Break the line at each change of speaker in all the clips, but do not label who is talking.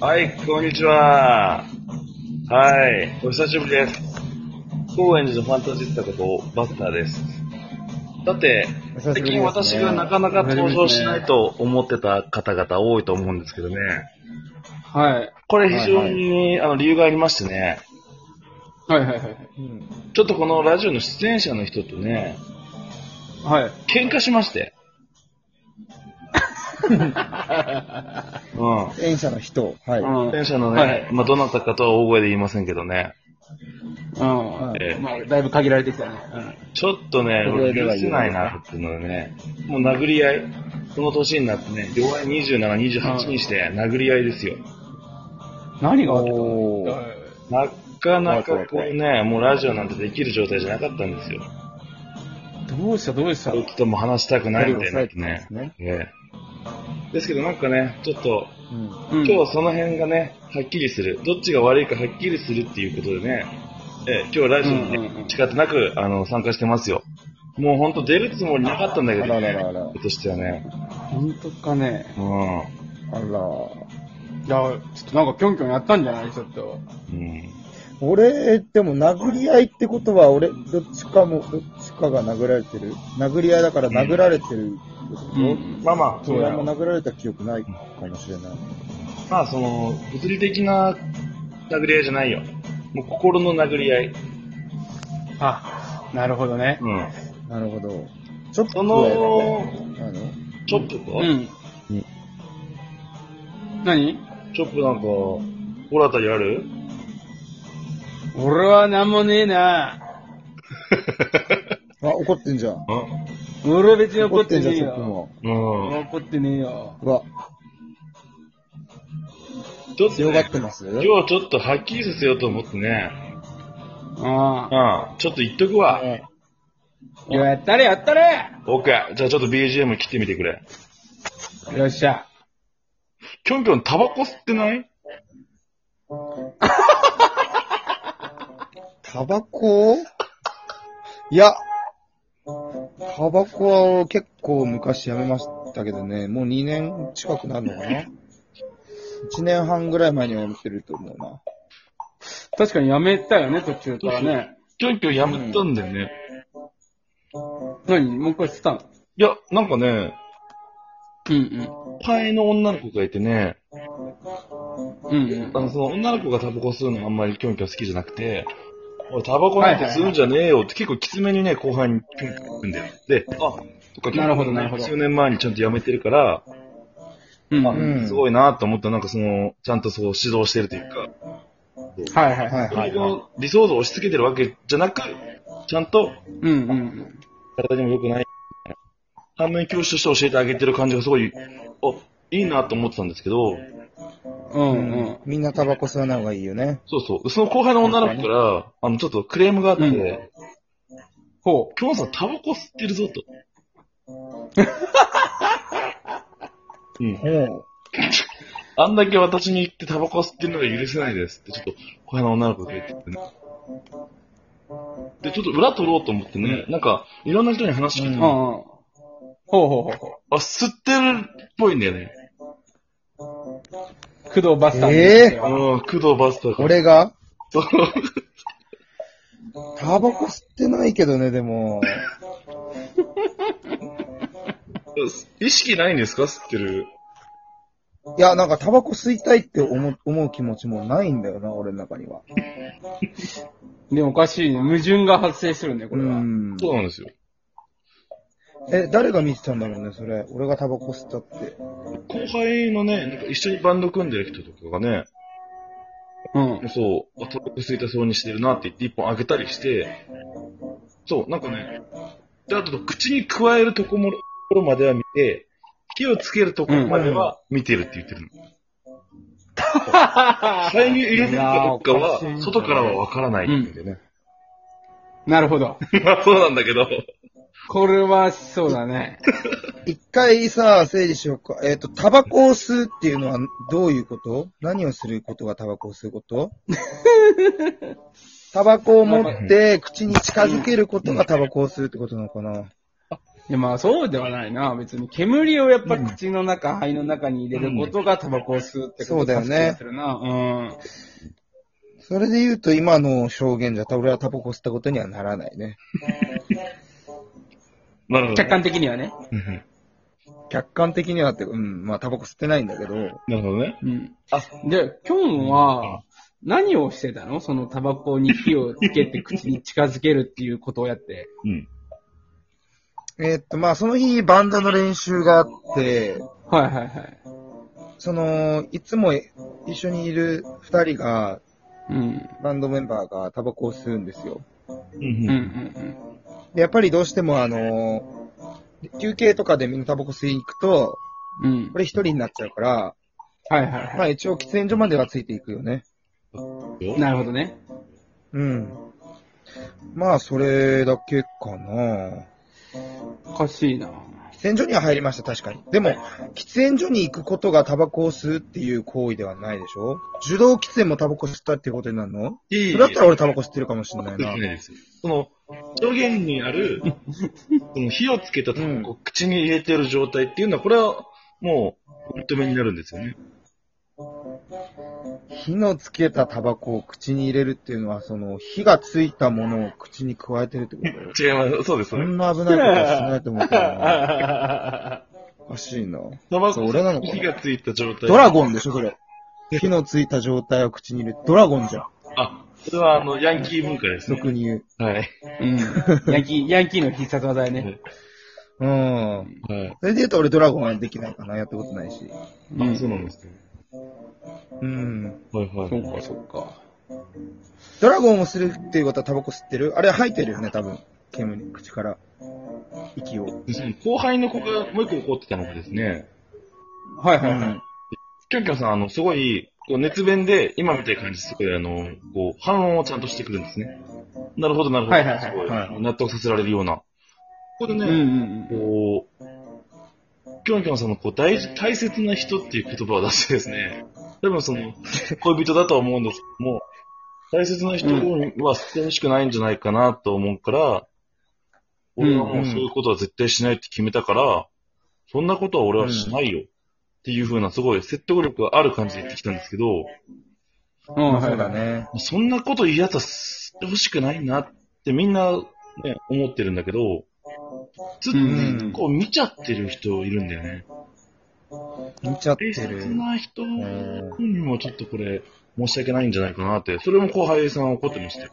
はい、こんにちは。はい、お久しぶりです。高円寺のファンタジスタことバッターです。さて、
お久
最
しぶりです
近私
ね
がなかなか登場しないと思ってた方々多いと思うんですけどね。
はい。
これ非常にあの理由がありましてね、
はいはいはい。
うん。
ちょっとこのラジオの出演者の人とね、
はい。
喧嘩しま して。うん。
演者の人。はい。
うん。うん。
出演者のね、
はい
まあどなたかとは大声で言いませんけどね。
はい
えー
まあ、だいぶ限られてきたね。
ちょっとね、
これで
許
は
せ
言え
な
ないい
なっていうのでね、もう殴り合い、この年になってね、弱い27、28にして殴り合いですよ。
うん。何があった
おー
は
なかなかこ
怖
れ
い
ね、もうラジオなんてできる状態じゃなかったんですよ。
いどうしたどうした
ちょっともう話したくないみたいになってね。
二人を抑えて
ねですけどなんかね、ちょっと、
うん。
今
今日はその辺がね、はっきりする。どっちが悪いかはっきりするっていうことでね、ええ今日はラジオにね、
うんうんうん
誓ってなく、あの、参加してますよ。もうほんと出るつもりなかったんだ
あ
けど、
らら
ね、
らら。
としてはね。
本当かね。
うん。
あら。
いや、ちょっとなんかぴょんぴょんやったんじゃないちょっと。
うん。
俺、でも殴り合いってことは、俺、どっちかも、どっちかが殴られてる。殴り合いだから殴られてるってこと。
うん
まあま
そうあんま
な。
殴られた記憶ないかもしれない。
あ、まあその、物理的な殴り合いじゃないよ。もう心の殴り合い。
あ、なるほどね。
うん。
なるほど。ちょっと、
その、
あの、
チョップか、
うん
うん。
何
チョップなんか、心当たりあ る
俺はなんもねえな。
あ、怒ってんじゃん。
俺は別に怒って
んじゃ
ね
ん、
え
そっくん
よ。
も。
うん。う
俺
ん。
は怒ってねえよ。
うわ、
ちょっと
強
ね、
がってます
今日はちょっとはっきりさせようと思ってね。
あ
う
あ。
ん。ちょっと言っとくわ。
ね
いややったれやったれ
OK。じゃあちょっと BGM 切ってみてくれ。
よっしゃ。
キョンキョン、タバコ吸ってない
タバコいや、タバコは結構昔やめましたけどね、もう2年近くなるのかな ?1 年半ぐらい前にはやめてると思うな。
確かにやめたよね、途中からね。
キョンキョンやめたんだよね。
何もう一回吸ったの
いや、なんかね、
うん
パイの女の子がいてね、
うん。うんうん
あ。の、その女の子がタバコ吸うのがあんまりキョンキョン好きじゃなくて、おい、タバコなんて吸うんじゃねえよって結構きつめにね、後輩にキョンキョン言うんだよ。で、あ、とか、
なるほどなるほど
数年前にちゃんと辞めてるから、
うん
あ
うん
すごいなと思ったなんかその、ちゃんとそう指導してるというか、
はいはい
はいはい、
そ
はい。
の理想像を押し付けてるわけじゃなく、ちゃんと
うんうん。
体にも良くない。反面教師として教えてあげてる感じがすごい、あ、いいなと思ってたんですけど、
うんうん。
みんなタバコ吸わない方がいいよね。
そうそう。その後輩の女の子から、あの、ちょっとクレームがあって、
うんほ。
今日さんタバコ吸ってるぞと。うん。
ほう。
あんだけ私に言ってタバコ吸ってるのが許せないですって、ちょっと、小屋の女の子が言っててね。で、ちょっと裏取ろうと思ってね、なんか、いろんな人に話聞いうて、、
う
うん
うん
あ、
ん。ほうほうほうほ
吸ってるっぽいんだよね。
う。工藤バスターです
う
よ。
ん、工藤バスターから。
俺が
そう
タバコ吸ってないけどね、でも。
意識ないんですか吸ってる。
いや、なんかタバコ吸いたいって思う思う気持ちもないんだよな、俺の中には。
でもおかしいね。矛盾が発生するね、こ
う
れは。
ん。
そうなんですよ。
え、誰が見てたんだろうね、それ。俺がタバコ吸ったって。
後輩のね、なんか一緒にバンド組んでる人とかがね、
うん。
そう、タバコ吸いたそうにしてるなって言って一本あげたりして、そう、なんかね、で、あと、口に加えるとこも、ところまでは見て、火をつけるところまでは見てるって言ってるの。肺に入れてるかどうか
いやーおかしい
は、
ね
外からはわからないんだよね。
なるほど。
まあ そうなんだけど、
これは、そうだね。
一回さ、整理しようか。えっ、と、タバコを吸うっていうのはどういうこと何をすることがタバコを吸うことタバコを持って口に近づけることがタバコを吸うってことなのかな
いやまあそうではないな、別に。煙をやっぱ口の中、肺の中に入れることがタバコを吸うってこと
そうだよね
確かにするな。うん。
それで言うと、今の証言じゃ、俺はタバコ吸ったことにはならないね。
なるほど
客
ね。
観的にはね。
うん
客観的にはって、うん、まあ、タバコ吸ってないんだけど、
なるほどね。
うん。
あ、
で、今日は、何をしてたのそのタバコに火をつけて口に近づけるっていうことをやって。
うん。
えーっと、まあ、その日、バンドの練習があって、
はいはいはい。
その、いつも一緒にいる二人が、
うん。
バンドメンバーがタバコを吸うんですよ。
う
うん
ん
う
うん。
ん
で、やっぱりどうしても、あの、休憩とかでみんなタバコ吸いに行くと、
うん。うん
こ。れ一人になっちゃうから、
はいはいはい。
まあ一応喫煙所まではついていくよね。
なるほどね。
うん。まあ、それだけかな
おかしいな。
喫煙所には入りました、確かに。でも、喫煙所に行くことがタバコを吸うっていう行為ではないでしょ受動喫煙もタバコ吸ったっていうことになるの
いい
それだったら俺タバコ吸ってるかもしれないな。
その、表現にある、その火をつけたタバコを口に入れてる状態っていうのは、これはもう、お認めになるんですよね。
火のつけたタバコを口に入れるっていうのは、その、火がついたものを口に加えてるってこと
違います。そうです。そ
そ
れ
んな危ないことはしないと思うけどな。
タ
おかしいな。
バ
そ
コ
う、俺なのか
に火
な
がついた状態。
ドラゴンでしょ、それ。火のついた状態を口に入れて、ドラゴンじゃん。
あ、それはあの、ヤンキー文化ですね。
俗に言う。
はい。
うん。ヤンキー、ヤンキーの必殺技やね。
うん。
はい。
それで言うと俺ドラゴンはできないかな、やったことないし。
うん。
あ、そうなんですね。
うん。
はいは
そう
い。
か、そうか。
ドラゴンをするっていうことはタバコ吸ってるあれは吐いてるよね、多分。煙、口から。息を。
でその後輩の子がもう一個怒ってたのがですね、
はいは
う
いはい。
ん。
キョンキョンさん、あの、すごい、こう熱弁で、今みたいな感じですごい、あの、こう、反応をちゃんとしてくるんですね。なるほど、なるほど。
はいはいはい
すごい、
はい
納得させられるような。ここでね、
うんうんうん。
こう、キョンキョンさんのこう大事大切な人っていう言葉を出してですね、多分その、恋人だとは思うんですけども、大切な人は捨てほしくないんじゃないかなと思うから、
うん
俺はもうそういうことは絶対しないって決めたから、そんなことは俺はしないよ。っていう風な、すごい説得力がある感じで言ってきたんですけど、
うん、
ま
は
あ
い
そう
は
だ
い。
ね。
そんなこと言うやつは捨てほしくないなってみんな、ね、思ってるんだけど、ずっと
う
ね
ん
こう見ちゃってる人いるんだよね。
見ちゃって
大切
る。
な人にもちょっとこれ、申し訳ないんじゃないかなって、それも後輩さん怒ってましたよ。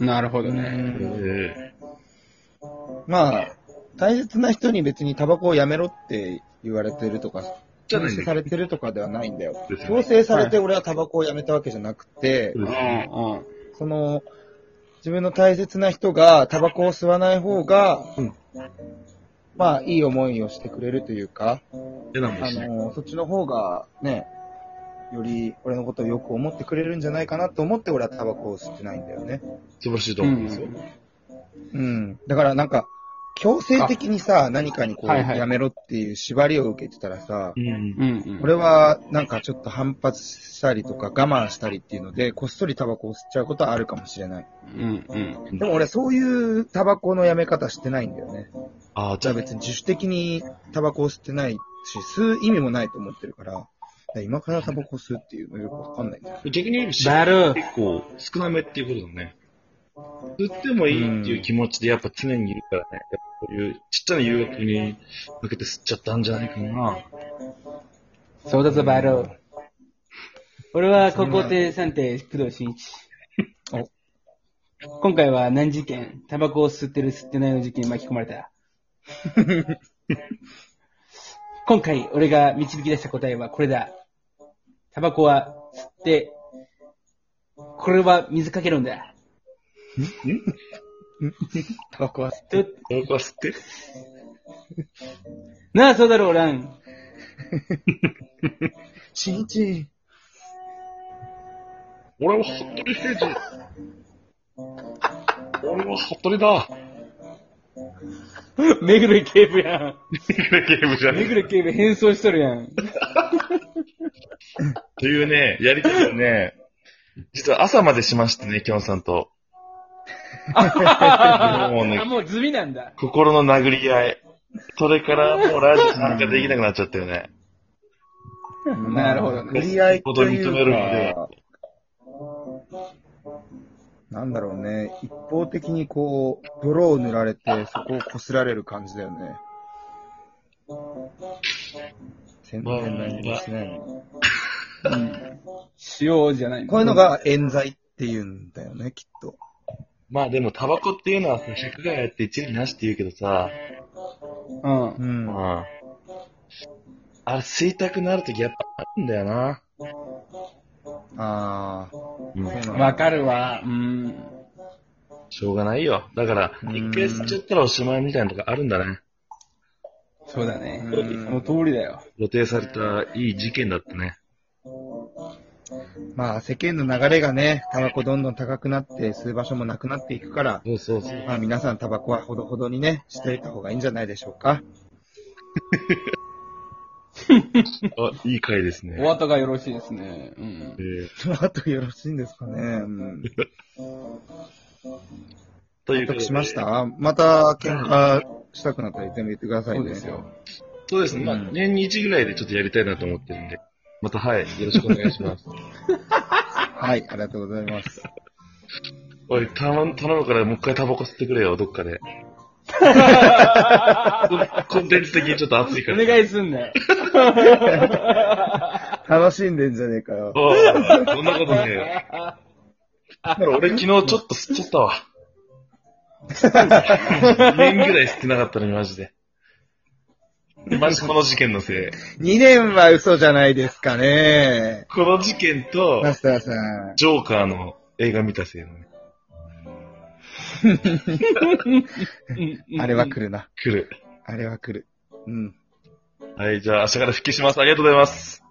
なるほど
う
ね。
ん。
え
まあ、大切な人に別にタバコをやめろって言われてるとか、
じゃ
強
ないんだよ
制されてるとかではないんだよ。
えですよ
強
ね
制されて俺はタバコをやめたわけじゃなくて
そ、う
うん
ですよね
うん。
その、自分の大切な人がタバコを吸わない方が、
うん
まあ、いい思いをしてくれるというか、
嫌なんで
あ
すね。
の、そっちの方が、ね、より俺のことをよく思ってくれるんじゃないかなと思って俺はタバコを吸ってないんだよね。
素晴らしいと思うんですよ。
うん。だからなんか、強制的にさ、何かにこう、
はいはい
やめろっていう縛りを受けてたらさ、
うん。
うんうん。
俺はなんかちょっと反発したりとか我慢したりっていうので、こっそりタバコを吸っちゃうことはあるかもしれない。
うんうん。
でも俺そういうタバコのやめ方してないんだよね。
ああ、
じ
じ
ゃ
ゃ
あ
あ
別に自主的にタバコを吸ってないし、吸う意味もないと思ってるから、だから今からタバコを吸うっていうのよくわかんないんだよ。
逆に言えば、
だる。
結構少なめっていうことだね。吸ってもいいっていう気持ちでやっぱ常にいるからね。やっぱこういうちっちゃな誘惑に向けて吸っちゃったんじゃないかな。
そうだぞ、バイロー。俺は高校生探偵、工藤新一。今回は何事件タバコを吸ってる吸ってないの事件に巻き込まれ た。今回、俺が導き出した答えはこれだ。タバコは吸って、これは水かけるんだ。
タバコは吸って
と
タバコは吸って
なあ、そうだろう、ラン。
しんいち。
俺は服部平次。俺は服部だ。
めぐる警部やん。
ゲームじゃね
め
え
ぐる警部変装しとるやん。
というね、やりとりをね、実は朝までしましたね、きょんさんと。
あ
もうね、
もうズミなんだ。
心の殴り合い。それからもうラジオなんかできなくなっちゃったよね。
なるほどね
売り合いと
ほど認めるの
い
で
うか、なんだろうね、一方的にこう、泥を塗られて、そこを擦られる感じだよね。全然何もしない。
うん。塩じゃないの
こういうの、が冤罪って言うんだよね、きっと。
まあでも、タバコっていうのはさ、百害あって一理なしって言うけどさ、
うん。
うん。
あれ吸いたくなるときやっぱあるんだよな。
ああ、そうなんだ
わかるわ。うん。
しょうがないよ。だから、
うん
一回吸っちゃったらおしまいみたいなのがあるんだね。
そうだね。
うん
その通りだよ。
露呈されたいい事件だったね。
まあ世間の流れがね、タバコどんどん高くなって、吸う場所もなくなっていくから、
そうそうそう。
まあ皆さんタバコはほどほどにね、しておいた方がいいんじゃないでしょうか。
あ、いい回です
お
ね。
後がよろしいですね。うん
え。ー
その後よろしいんですかね。うん。
ということ
納得
で
しましたまた喧嘩したくなったら全部言ってください
そ
ね。
うですよ。
そうですね。まあ、
うん
年に一ぐらいでちょっとやりたいなと思ってるんで。また、はい、よろしくお願いします。
はい、ありがとうございます。
おい、頼む頼むからもう一回タバコ吸ってくれよ、どっかで。 コンテンツ的にちょっと熱いか
お
ら。
願いすんなよ。
楽しんでんじゃねえか よ。
おいそんなことねえよ。だから俺昨日ちょっと吸っちゃったわ。2年ぐらい吸ってなかったのにマジで。マジこの事件のせい。
2年は嘘じゃないですかね。
この事件と、
マスターさん。
ジョーカーの映画見たせいのね。
あれは来るな。
来る。
あれは来る。うん。
はい、じゃあ明日から復帰します。ありがとうございます。